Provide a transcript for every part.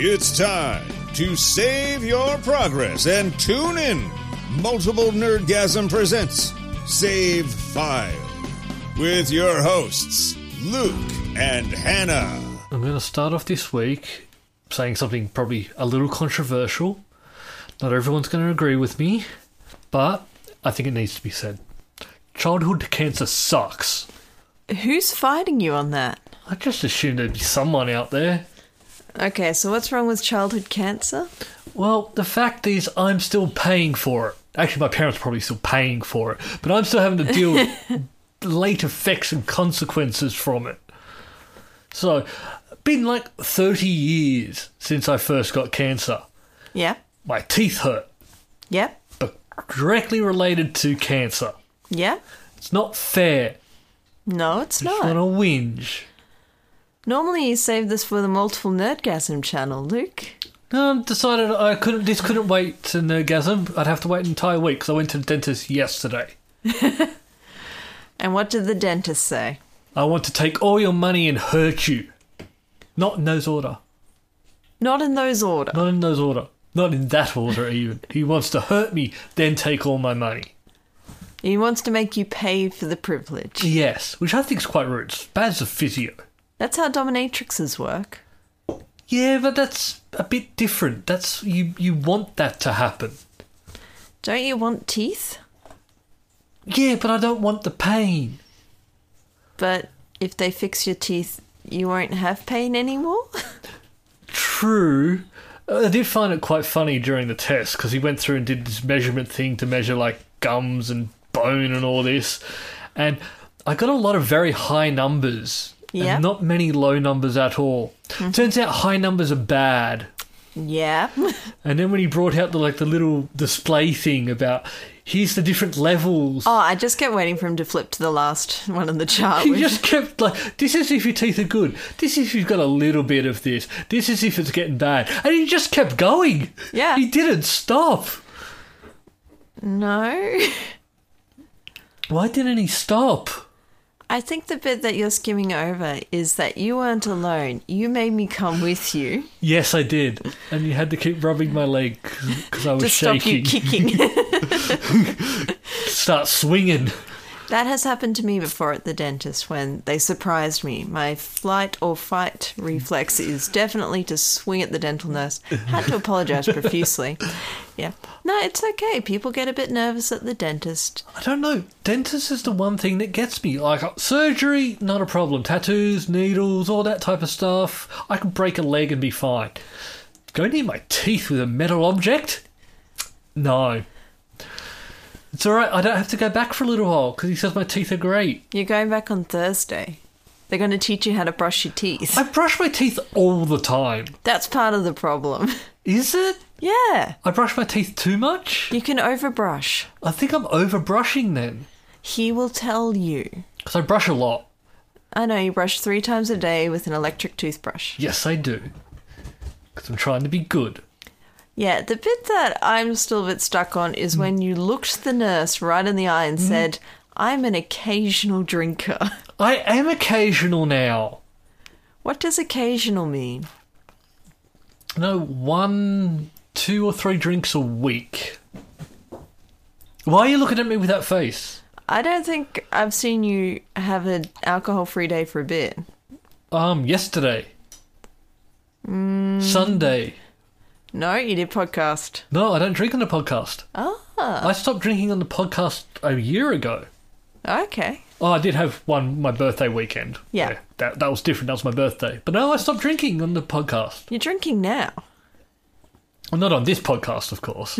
It's time to save your progress and tune in. Multiple Nerdgasm presents Save File with your hosts, Luke and Hannah. I'm going to start off this week saying something probably a little controversial. Not everyone's going to agree with me, but I think it needs to be said. Childhood cancer sucks. Who's fighting you on that? I just assumed there'd be someone out there. Okay, so what's wrong with childhood cancer? Well, the fact is, I'm still paying for it. Actually, my parents are probably still paying for it, but I'm still having to deal with late effects and consequences from it. So, been like 30 years since I first got cancer. Yep, My teeth hurt, yep, but directly related to cancer. yep. It's not fair. No, it's Just not. want to whinge. Normally, you save this for the multiple nerdgasm channel, Luke. No, I decided I couldn't. This couldn't wait to nergasm. I'd have to wait an entire week because I went to the dentist yesterday. And what did the dentist say? I want to take all your money and hurt you. Not in those order. Not in those order. Not in those order. Not in that order even. he wants to hurt me, then take all my money. He wants to make you pay for the privilege. Yes, which I think is quite rude. It's bad as a physio. That's how dominatrixes work. Yeah, but that's a bit different. That's you. You want that to happen. Don't you want teeth? Yeah, but I don't want the pain. But if they fix your teeth, you won't have pain anymore? True. Uh, I did find it quite funny during the test because he went through and did this measurement thing to measure like gums and bone and all this. And I got a lot of very high numbers Yeah. and not many low numbers at all. Turns out high numbers are bad. yeah. And then when he brought out the like the little display thing about here's the different levels. Oh, I just kept waiting for him to flip to the last one on the chart. He which- just kept like, this is if your teeth are good. This is if you've got a little bit of this. This is if it's getting bad. And he just kept going. Yeah. He didn't stop. No. Why didn't he stop? I think the bit that you're skimming over is that you weren't alone. You made me come with you Yes, I did. And you had to keep rubbing my leg because I was to stop you shaking. kicking. Start swinging. that has happened to me before at the dentist when they surprised me. My flight or fight reflex is definitely to swing at the dental nurse. Had to apologize profusely. Yeah. No, it's okay. People get a bit nervous at the dentist. I don't know. Dentist is the one thing that gets me. Like uh, surgery, not a problem. Tattoos, needles, all that type of stuff. I can break a leg and be fine. Go near my teeth with a metal object? No. It's all right. I don't have to go back for a little while because he says my teeth are great. You're going back on Thursday. They're going to teach you how to brush your teeth. I brush my teeth all the time. That's part of the problem. Is it? Yeah. I brush my teeth too much? You can overbrush. I think I'm over brushing then. He will tell you. Because I brush a lot. I know you brush three times a day with an electric toothbrush. Yes, I do. Because I'm trying to be good. Yeah, the bit that I'm still a bit stuck on is when you looked the nurse right in the eye and Mm-hmm. said, I'm an occasional drinker. I am occasional now. What does occasional mean? No, one, two, or three drinks a week. Why are you looking at me with that face? I don't think I've seen you have an alcohol free day for a bit. Um, yesterday. Sunday. No, you did podcast. No, I don't drink on the podcast. Ah, I stopped drinking on the podcast a year ago. okay. Oh, I did have one my birthday weekend. Yeah. that, that was different. That was my birthday. But no, I stopped drinking on the podcast. You're drinking now. Well, not on this podcast, of course.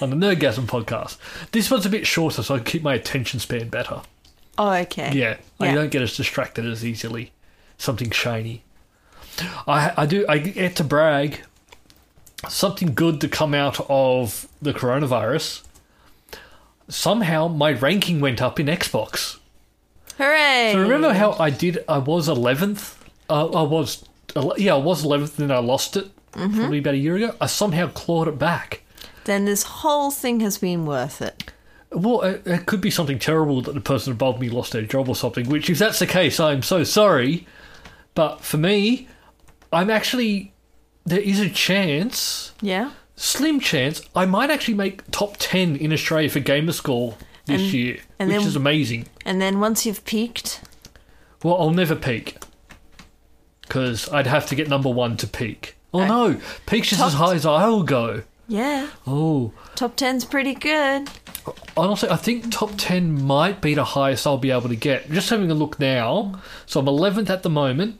on the Nerdgasm podcast. This one's a bit shorter, so I can keep my attention span better. Oh, okay. Yeah, I Yeah. don't get as distracted as easily. Something shiny. I I do I get to brag. Something good to come out of the coronavirus. Somehow my ranking went up in Xbox. Hooray! So remember how I did? I was eleventh. Uh, I was ele- yeah, I was eleventh, and I lost it probably about a year ago. I somehow clawed it back. Then this whole thing has been worth it. Well, it, it could be something terrible that the person above me lost their job or something, which, if that's the case, I'm so sorry. But for me, I'm actually there is a chance, Yeah. slim chance, I might actually make top 10 in Australia for Gamer Score this And- year, and which then- is amazing. And then once you've peaked, Well, I'll never peak because I'd have to get number one to peak. Oh Uh, no, peak's just as top- high as I'll go. yeah, Oh, top 10's pretty good. honestly, I think top 10 might be the highest I'll be able to get. Just having a look now, so I'm 11th at the moment.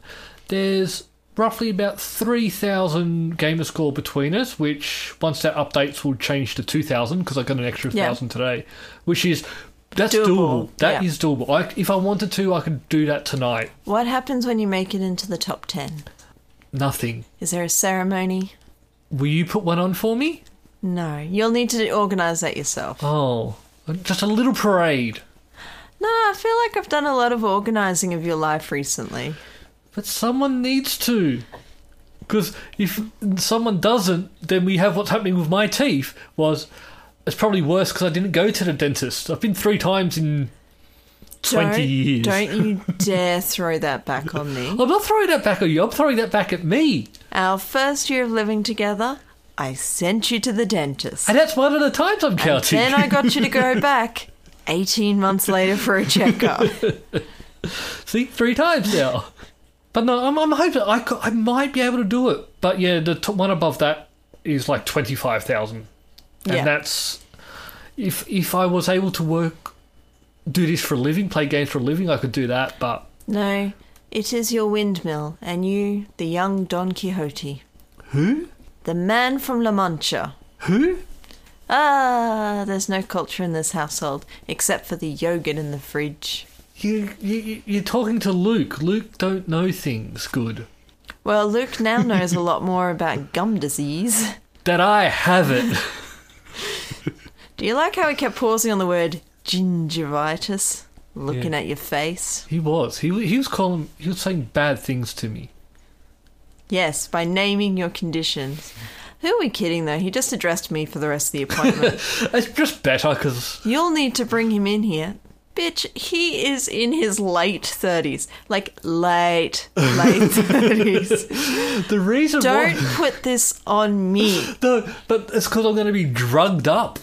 There's roughly about 3,000 gamer score between us, which once that updates will change to 2,000 because I got an extra Yeah. 1,000 today, which is. That's Doable, doable. That yeah. is doable. I, if I wanted to, I could do that tonight. What happens when you make it into the top 10? Nothing. Is there a ceremony? Will you put one on for me? No, you'll need to organise that yourself. Oh, just a little parade. No, I feel like I've done a lot of organising of your life recently. But someone needs to. Because if someone doesn't, then we have what's happening with my teeth. Was it's probably worse because I didn't go to the dentist. I've been three times in 20 don't, years. Don't you dare throw that back on me. I'm not throwing that back at you. I'm throwing that back at me. Our first year of living together, I sent you to the dentist. And that's one of the times I'm And counting. then I got you to go back 18 months later for a checkup. See, three times now. But no, I'm, I'm hoping I, co- I might be able to do it. But yeah, the t- one above that is like twenty five thousand, and Yeah. that's if if I was able to work, do this for a living, play games for a living, I could do that. But No, it is your windmill, and you, the young Don Quixote. who The man from La Mancha. who? Ah, there's no culture in this household, except for the yogurt in the fridge. You, you you- you're talking to Luke. Luke don't know things good. Well, Luke now knows a lot more about gum disease. That I have it. Do you like how he kept pausing on the word gingivitis? Looking at your face. he was. He wa- he was calling. He was saying bad things to me. Yes, by naming your conditions. Who are we kidding though? He just addressed me for the rest of the appointment. It's just better because You'll need to bring him in here. Bitch, he is in his late 30s. Like, late, late 30s. the reason why. Don't put this on me. No, but it's because I'm going to be drugged up.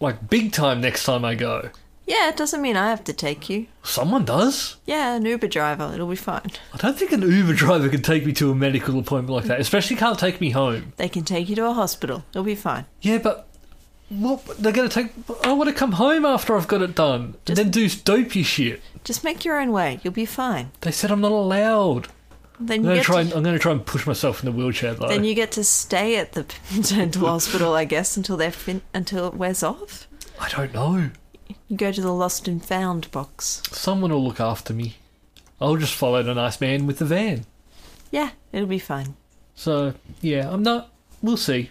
Like, big time next time I go. Yeah, it doesn't mean I have to take you. Someone does? Yeah, an Uber driver. It'll be fine. I don't think an Uber driver can take me to a medical appointment like that, especially can't take me home. They can take you to a hospital. It'll be fine. Yeah, but what? They're going to take. I want to come home after I've got it done and Just- then do dopey shit. Just make your own way. You'll be fine. They said I'm not allowed. I'm Then going you, to get try. to, And, I'm going to try and push myself in the wheelchair though. then you get to stay at the dental hospital, I guess, until they're fin- until it wears off. I don't know. You go to the lost and found box. Someone will look after me. I'll just follow the nice man with the van. Yeah, it'll be fine. So yeah, I'm not. We'll see.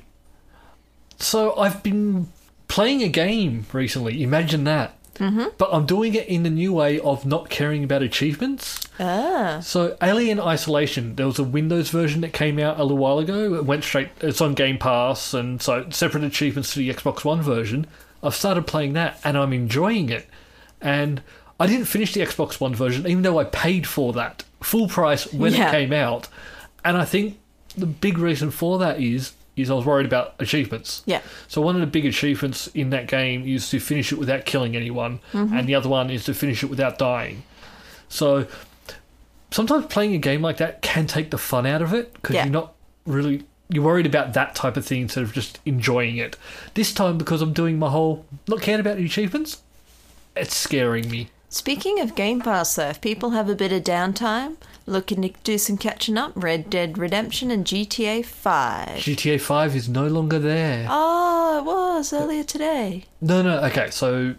So I've been playing a game recently. Imagine that. Mm-hmm. But I'm doing it in the new way of not caring about achievements. Ah, So Alien Isolation, there was a Windows version that came out a little while ago. It went straight. It's on Game Pass, and so separate achievements to the Xbox One version. I've started playing that, and I'm enjoying it. And I didn't finish the Xbox One version, even though I paid for that full price when Yeah. it came out. And I think the big reason for that is is I was worried about achievements. yeah. So one of the big achievements in that game is to finish it without killing anyone, and the other one is to finish it without dying. So sometimes playing a game like that can take the fun out of it because Yeah. you're not really you're worried about that type of thing instead of just enjoying it. This time because I'm doing my whole not caring about the achievements, it's scaring me. Speaking of Game Pass, though, if people have a bit of downtime, looking to do some catching up, Red Dead Redemption and GTA 5. GTA 5 is no longer there. Oh, it was earlier today. No, no, okay. So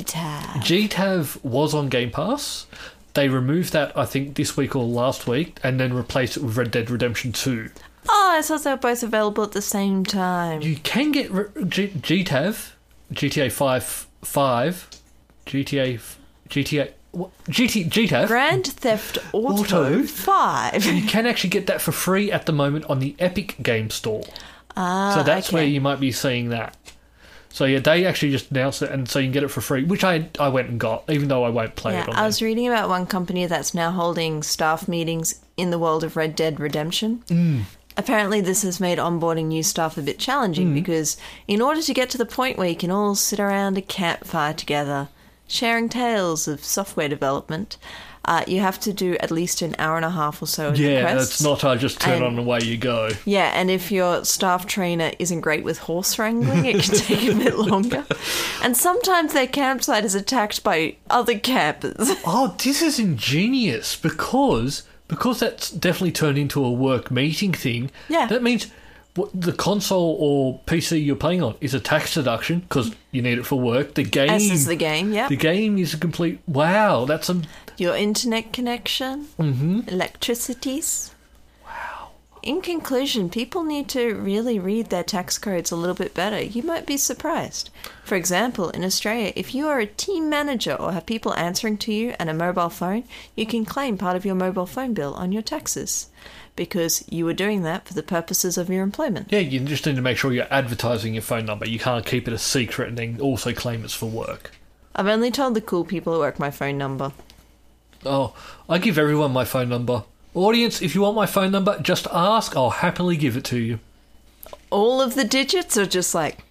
GTA. GTAV was on Game Pass. They removed that, I think, this week or last week, and then replaced it with Red Dead Redemption 2. Oh, I thought they were both available at the same time. You can get re- G- GTAV, GTA 5, 5, GTA, f- GTA, what? GT, GTAV. Grand Theft Auto, Auto? 5. you can actually get that for free at the moment on the Epic Game Store. Ah, So that's okay. where you might be seeing that. So yeah, they actually just announced it, and so you can get it for free, which I I went and got, even though I won't play Yeah, it on. I was reading Mm. about one company that's now holding staff meetings in the world of Red Dead Redemption. apparently this has made onboarding new staff a bit challenging Mm. because in order to get to the point where you can all sit around a campfire together sharing tales of software development uh, you have to do at least an hour and a half or so of Yeah, requests. it's not I just turn And- on and away you go. Yeah, and if your staff trainer isn't great with horse wrangling, it can take a bit longer. And sometimes their campsite is attacked by other campers. Oh, this is ingenious because because that's definitely turned into a work meeting thing. Yeah. That means what the console or PC you're playing on is a tax deduction because you need it for work. The game As is the game, yeah. The game is a complete wow. That's a Your internet connection, mm-hmm. electricities. Wow. In conclusion, people need to really read their tax codes a little bit better. You might be surprised. For example, in Australia, if you are a team manager or have people answering to you and a mobile phone, you can claim part of your mobile phone bill on your taxes because you were doing that for the purposes of your employment. yeah. You just need to make sure you're advertising your phone number. You can't keep it a secret and then also claim it's for work. I've only told the cool people at work my phone number. Oh, I give everyone my phone number. Audience, if you want my phone number, just ask. I'll happily give it to you. All of the digits are just like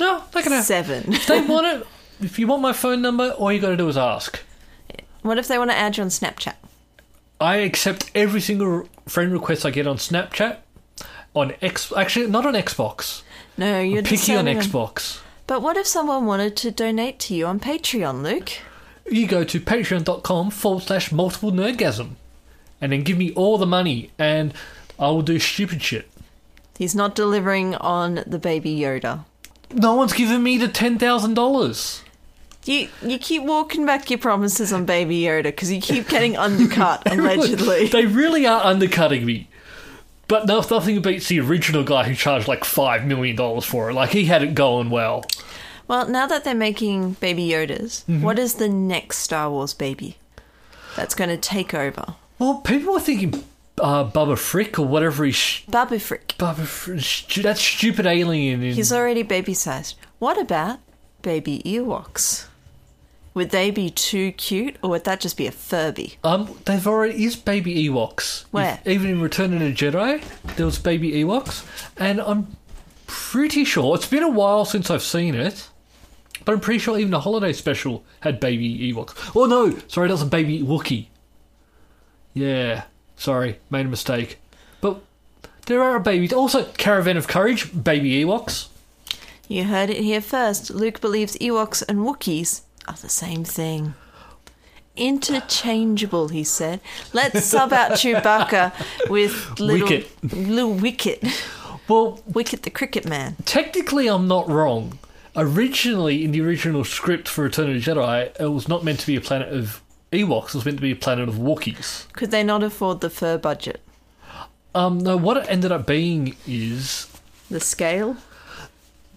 No, they're gonna seven. If they want it, if you want my phone number, all you got to do is ask. what if they want to add you on Snapchat? I accept every single friend request I get on Snapchat, on X. Actually, not on Xbox. No, you're Picky on disowning them. Xbox. But what if someone wanted to donate to you on Patreon, Luke? You go to patreon.com forward slash multiple nerdgasm, and then give me all the money, and I will do stupid shit. He's not delivering on the baby Yoda. No one's given me the ten thousand dollars. You you keep walking back your promises on baby Yoda because you keep getting undercut allegedly. they really are undercutting me. But no, nothing beats the original guy who charged like five million dollars for it. Like he had it going well. Well, now that they're making baby Yodas, Mm-hmm. what is the next Star Wars baby that's going to take over? Well, people were thinking uh, Bubba Frick or whatever he's. Babu Frick. Bubba Frick. Stu- that stupid alien in. He's already baby sized. What about baby Ewoks? Would they be too cute, or would that just be a Furby? um, they've already. Is Baby Ewoks. Where? Even in Return of the Jedi, there was Baby Ewoks. And I'm pretty sure. It's been a while since I've seen it. But I'm pretty sure even the holiday special had Baby Ewoks. Oh no! Sorry, that was a Baby Wookie. Yeah. Sorry, made a mistake. But there are babies. Also, Caravan of Courage, Baby Ewoks. You heard it here first. Luke believes Ewoks and Wookiees are the same thing. Interchangeable, he said. Let's sub out Chewbacca with little Wicket. little Wicket, Well, Wicket the cricket man. technically I'm not wrong. Originally, in the original script for Return of the Jedi, it was not meant to be a planet of Ewoks. It was meant to be a planet of Wookiees. Could they not afford the fur budget, Um, no, what it ended up being is the scale?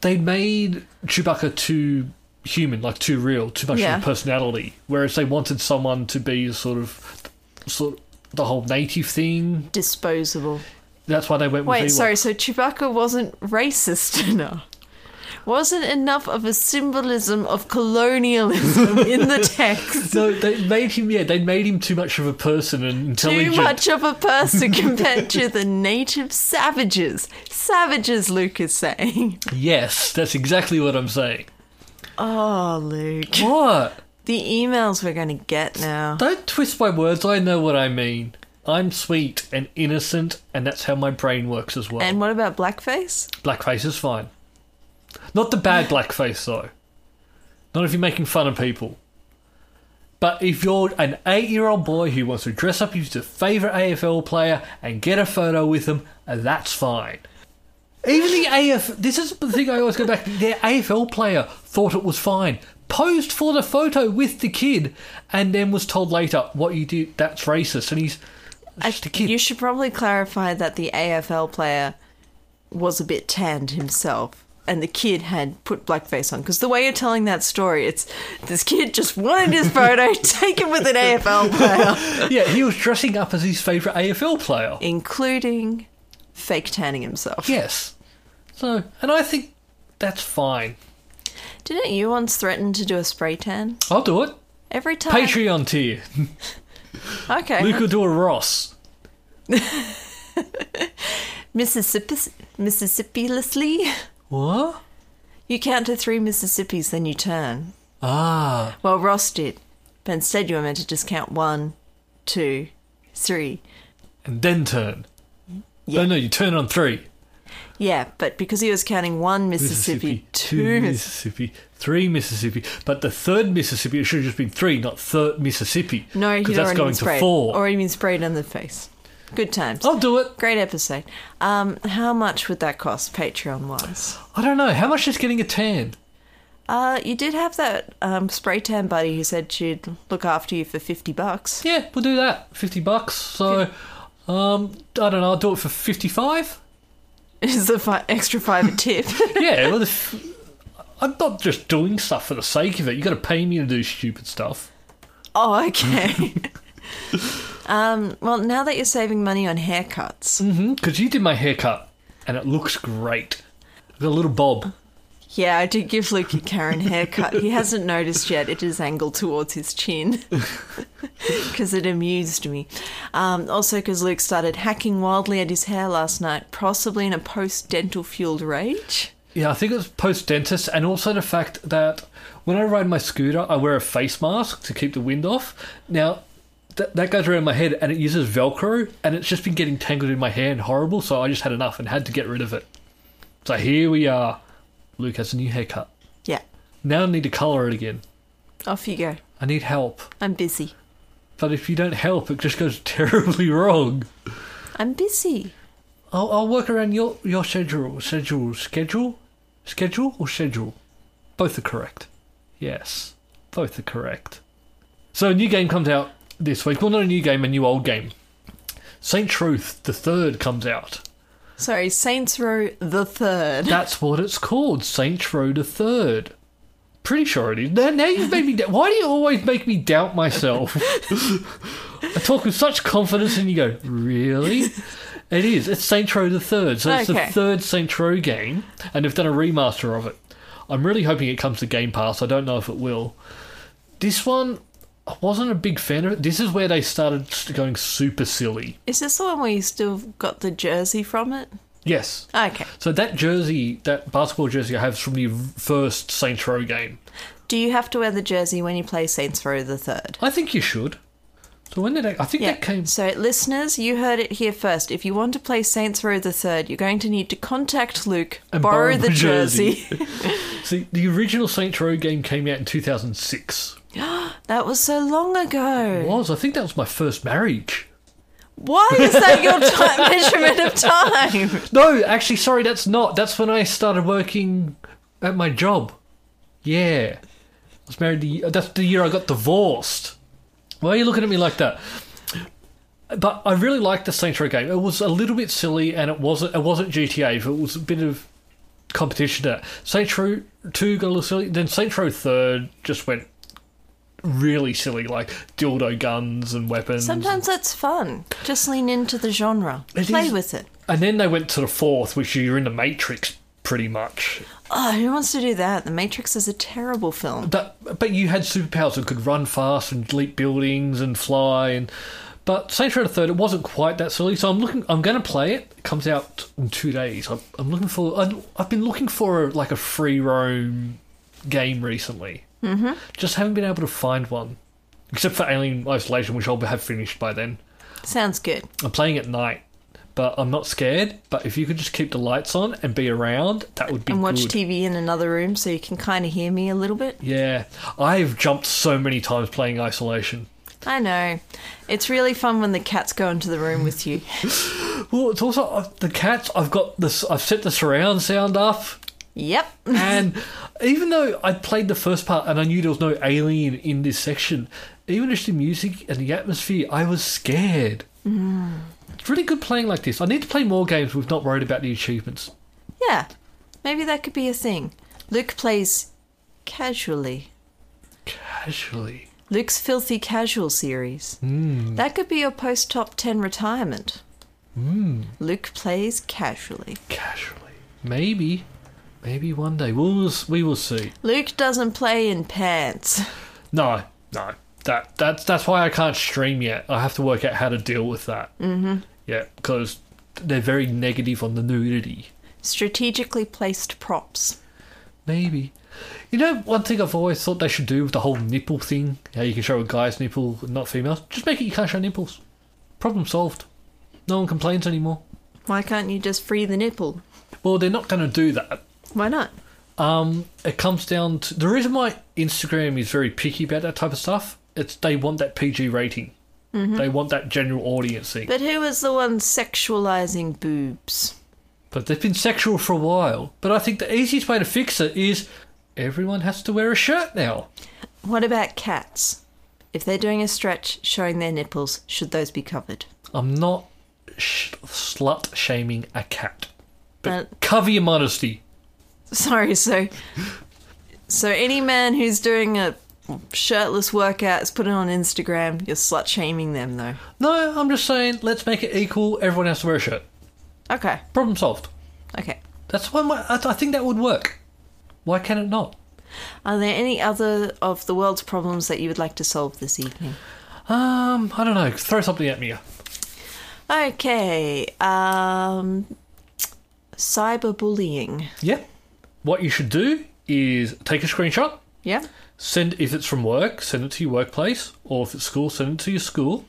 they made Chewbacca too human, like too real, too much Yeah. of a personality. Whereas they wanted someone to be sort of, sort the whole native thing. Disposable. That's why they went with Wait, Ewoks. sorry. So Chewbacca wasn't racist enough. Wasn't enough of a symbolism of colonialism in the text. No, they made him. Yeah, they made him too much of a person and too intelligent. much of a person compared to the native savages. Savages, Luke is saying. Yes, that's exactly what I'm saying. Oh, Luke. What? The emails we're going to get now. Don't twist my words. I know what I mean. I'm sweet and innocent, and that's how my brain works as well. And what about blackface? blackface is fine. Not the bad blackface, though. Not if you're making fun of people. But if you're an eight year old boy who wants to dress up as your favourite AFL player and get a photo with them, uh, that's fine. Even the AF. This is the thing I always go back to. Their AFL player thought it was fine, posed for the photo with the kid, and then was told later, what you did, that's racist. And he's. "It's Just a kid. You should probably clarify that the AFL player was a bit tanned himself. And the kid had put blackface on because the way you're telling that story, it's this kid just wanted his photo taken with an AFL player, yeah, he was dressing up as his favourite AFL player. including fake tanning himself. Yes. So, and I think that's fine. Didn't you once threaten to do a spray tan? I'll do it. Every time. Patreon tier. Okay. Luke will do a Ross. Mississippi, Mississippi-lessly. What? You count to three Mississippis, then you turn. Ah, Well, Ross did, but instead you were meant to just count one, two, three. and then turn. Oh, Yeah. No, no, you turn on three. Yeah, but because he was counting one Mississippi, two Mississippi. Mississippi, three Mississippi. But the third Mississippi, it should have just been three, not third Mississippi. No, because he'd that's already going been to sprayed. four. Oh. Already been sprayed in the face. Good times. I'll do it. Great episode. Um, how much would that cost, Patreon wise? I don't know. How much is getting a tan? Uh, you did have that um, spray tan buddy who said she'd look after you for fifty bucks. Yeah, we'll do that. 50 bucks. So, um, I don't know. I'll do it for 55? Is the fi- extra five a tip? yeah, well, if, I'm not just doing stuff for the sake of it. you got to pay me to do stupid stuff. oh, okay. um, well, now that you're saving money on haircuts, Mm-hmm. Because you did my haircut, and it looks great. The little bob. yeah, I did give Luke a Karen haircut. He hasn't noticed yet; it is angled towards his chin because it amused me. Um, also, because Luke started hacking wildly at his hair last night, possibly in a post-dental fueled rage. Yeah, I think it was post dentist, and also the fact that when I ride my scooter, I wear a face mask to keep the wind off. Now, th- that goes around my head, and it uses Velcro, and it's just been getting tangled in my hair and horrible, so I just had enough and had to get rid of it. So here we are. Luke has a new haircut. Yeah, Now I need to colour it again. off you go. I need help. I'm busy. But if you don't help, it just goes terribly wrong. I'm busy. I'll, I'll work around your, your schedule. Schedule? Schedule? Schedule or schedule? Both are correct. Yes, both are correct. So a new game comes out this week. Well, not a new game, a new old game. Saint Truth the Third comes out. Sorry, Saints Row the Third. That's what it's called, Saints Row the Third. Pretty sure it is. Now, now you've made me. dou- Why do you always make me doubt myself? I talk with such confidence, and you go, "Really?" It is. It's Saints Row the Third, so it's Okay. the third Saints Row game, and they've done a remaster of it. I'm really hoping it comes to Game Pass. I don't know if it will. This one, I wasn't a big fan of it. This is where they started going super silly. Is this the one where you still got the jersey from it? Yes, Okay. So that jersey, that basketball jersey I have is from the first Saints Row game. Do you have to wear the jersey when you play Saints Row the Third? I think you should. So when did I? I think Yeah. that came. So, listeners, you heard it here first. If you want to play Saints Row the Third, you're going to need to contact Luke, And borrow, borrow the the jersey. See, the original Saints Row game came out in 2006. that was so long It ago. was. I think that was my first marriage. Why is that your time measurement of time? No, actually, sorry, that's not. That's when I started working at my job. Yeah, I was married. The, uh, that's the year I got divorced. Why are you looking at me like that? But I really liked the Saints Row game. It was a little bit silly, and it wasn't. It wasn't GTA. But it was a bit of competition there. Saints Row Two got a little silly. Then Saints Row Third just went really silly, like dildo guns and weapons. Sometimes that's fun. Just lean into the genre. It play is- with it. And then they went to the fourth, which you're in the Matrix pretty much. Oh, who wants to do that? The Matrix is a terrible film. That, but you had superpowers and could run fast and leap buildings and fly and. But Saints Row the Third, it wasn't quite that silly. So I'm looking, I'm going to play it. It comes out in two days. I'm, I'm looking for. I'd, I've been looking for a, like a free roam game recently. Mm-hmm. Just haven't been able to find one, except for Alien Isolation, which I'll have finished by then. Sounds good. I'm playing at night, but I'm not scared. But if you could just keep the lights on and be around, that would be and watch good. TV in another room so you can kind of hear me a little bit. Yeah, I've jumped so many times playing Isolation. I know. It's really fun when the cats go into the room with you. Well, it's also uh, the cats. I've got this. I've set the surround sound up, Yep. and even though I played the first part and I knew there was no alien in this section, even just the music and the atmosphere, I was scared. It's really good playing like this. I need to play more games with not worried about the achievements. Yeah. Maybe that could be a thing. Luke plays casually. Casually, Luke's Filthy Casual series. That could be your post top 10 retirement. Luke plays casually. casually. Maybe, maybe one day we'll we will see. Luke doesn't play in pants. No, no. That that's that's why I can't stream yet. I have to work out how to deal with that. Mm-hmm. Yeah, because they're very negative on the nudity. Strategically placed props. Maybe. You know, one thing I've always thought they should do with the whole nipple thing, how you can show a guy's nipple and not females, just make it you can't show nipples. Problem solved. No one complains anymore. Why can't you just free the nipple? Well, they're not going to do that. Why not? Um, it comes down to the reason why Instagram is very picky about that type of stuff. It's they want that PG rating. They want that general audience thing. But who was the one sexualizing boobs? But they've been sexual for a while. But I think the easiest way to fix it is everyone has to wear a shirt now. What about cats? If they're doing a stretch showing their nipples, should those be covered? I'm not sh- slut shaming a cat. Uh, Cover your modesty. sorry, so so any man who's doing a shirtless workout is putting on Instagram, you're slut shaming them though. No, I'm just saying let's make it equal. Everyone has to wear a shirt. Okay. Problem solved. Okay. That's one way. I, I think that would work. Why can it not? Are there any other of the world's problems that you would like to solve this evening? Um, I don't know. Throw something at me. Okay. Um cyberbullying. Yeah. What you should do is take a screenshot, Yeah? send if it's from work, send it to your workplace, or if it's school, send it to your school,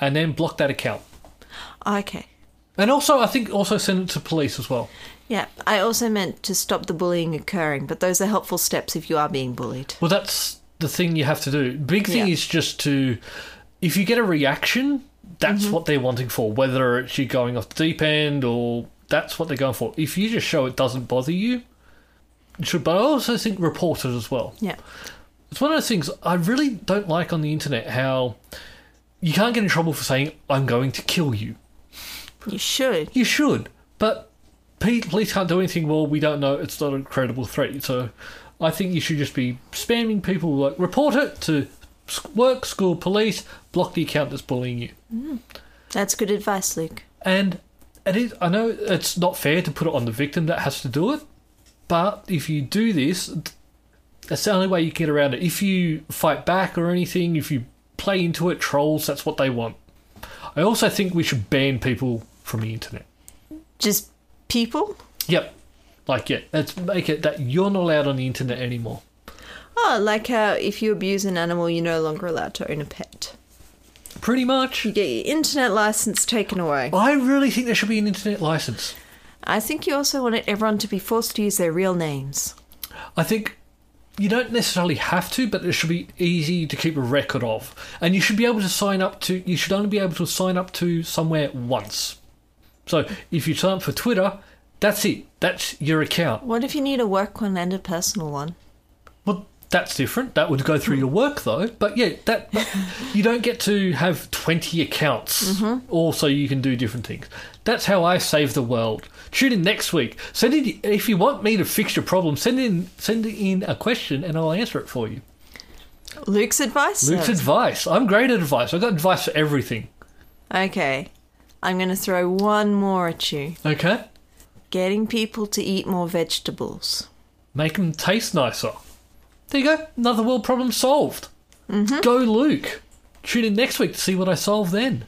and then block that account. Okay. And also, I think also send it to police as well. Yeah, I also meant to stop the bullying occurring, but those are helpful steps if you are being bullied. Well, that's the thing you have to do. Big thing Yeah. is just to, if you get a reaction, that's what they're wanting for. Whether it's you going off the deep end or that's what they're going for. If you just show it doesn't bother you, you should. But I also think report it as well. Yeah. It's one of those things I really don't like on the internet how you can't get in trouble for saying I'm going to kill you. You should. You should, but pe- police can't do anything. Well, we don't know. It's not a credible threat. So I think you should just be spamming people like report it to s- work, school, police, block the account that's bullying you. That's good advice, Luke. And it is, I know it's not fair to put it on the victim that has to do it, but if you do this, that's the only way you get around it. If you fight back or anything, if you play into it, trolls, that's what they want. I also think we should ban people from the internet. Just people? Yep. Like, yeah, let's make it that you're not allowed on the internet anymore. Oh, like how if you abuse an animal, you're no longer allowed to own a pet. Pretty much. You get your internet license taken away. I really think there should be an internet license. I think you also wanted everyone to be forced to use their real names. I think you don't necessarily have to, but it should be easy to keep a record of. And you should be able to sign up to, you should only be able to sign up to somewhere once. So if you sign up for Twitter, that's it. That's your account. What if you need a work one and a personal one? Well, that's different. That would go through your work though. But yeah, that you don't get to have 20 accounts. Also, you can do different things. That's how I save the world. Tune in next week. Send in if you want me to fix your problem. Send in send in a question and I'll answer it for you. Luke's advice? Luke's advice. I'm great at advice. I've got advice for everything. Okay. I'm going to throw one more at you. Okay? Getting people to eat more vegetables. Make them taste nicer. There you go. Another world problem solved. Go, Luke. Tune in next week to see what I solve then.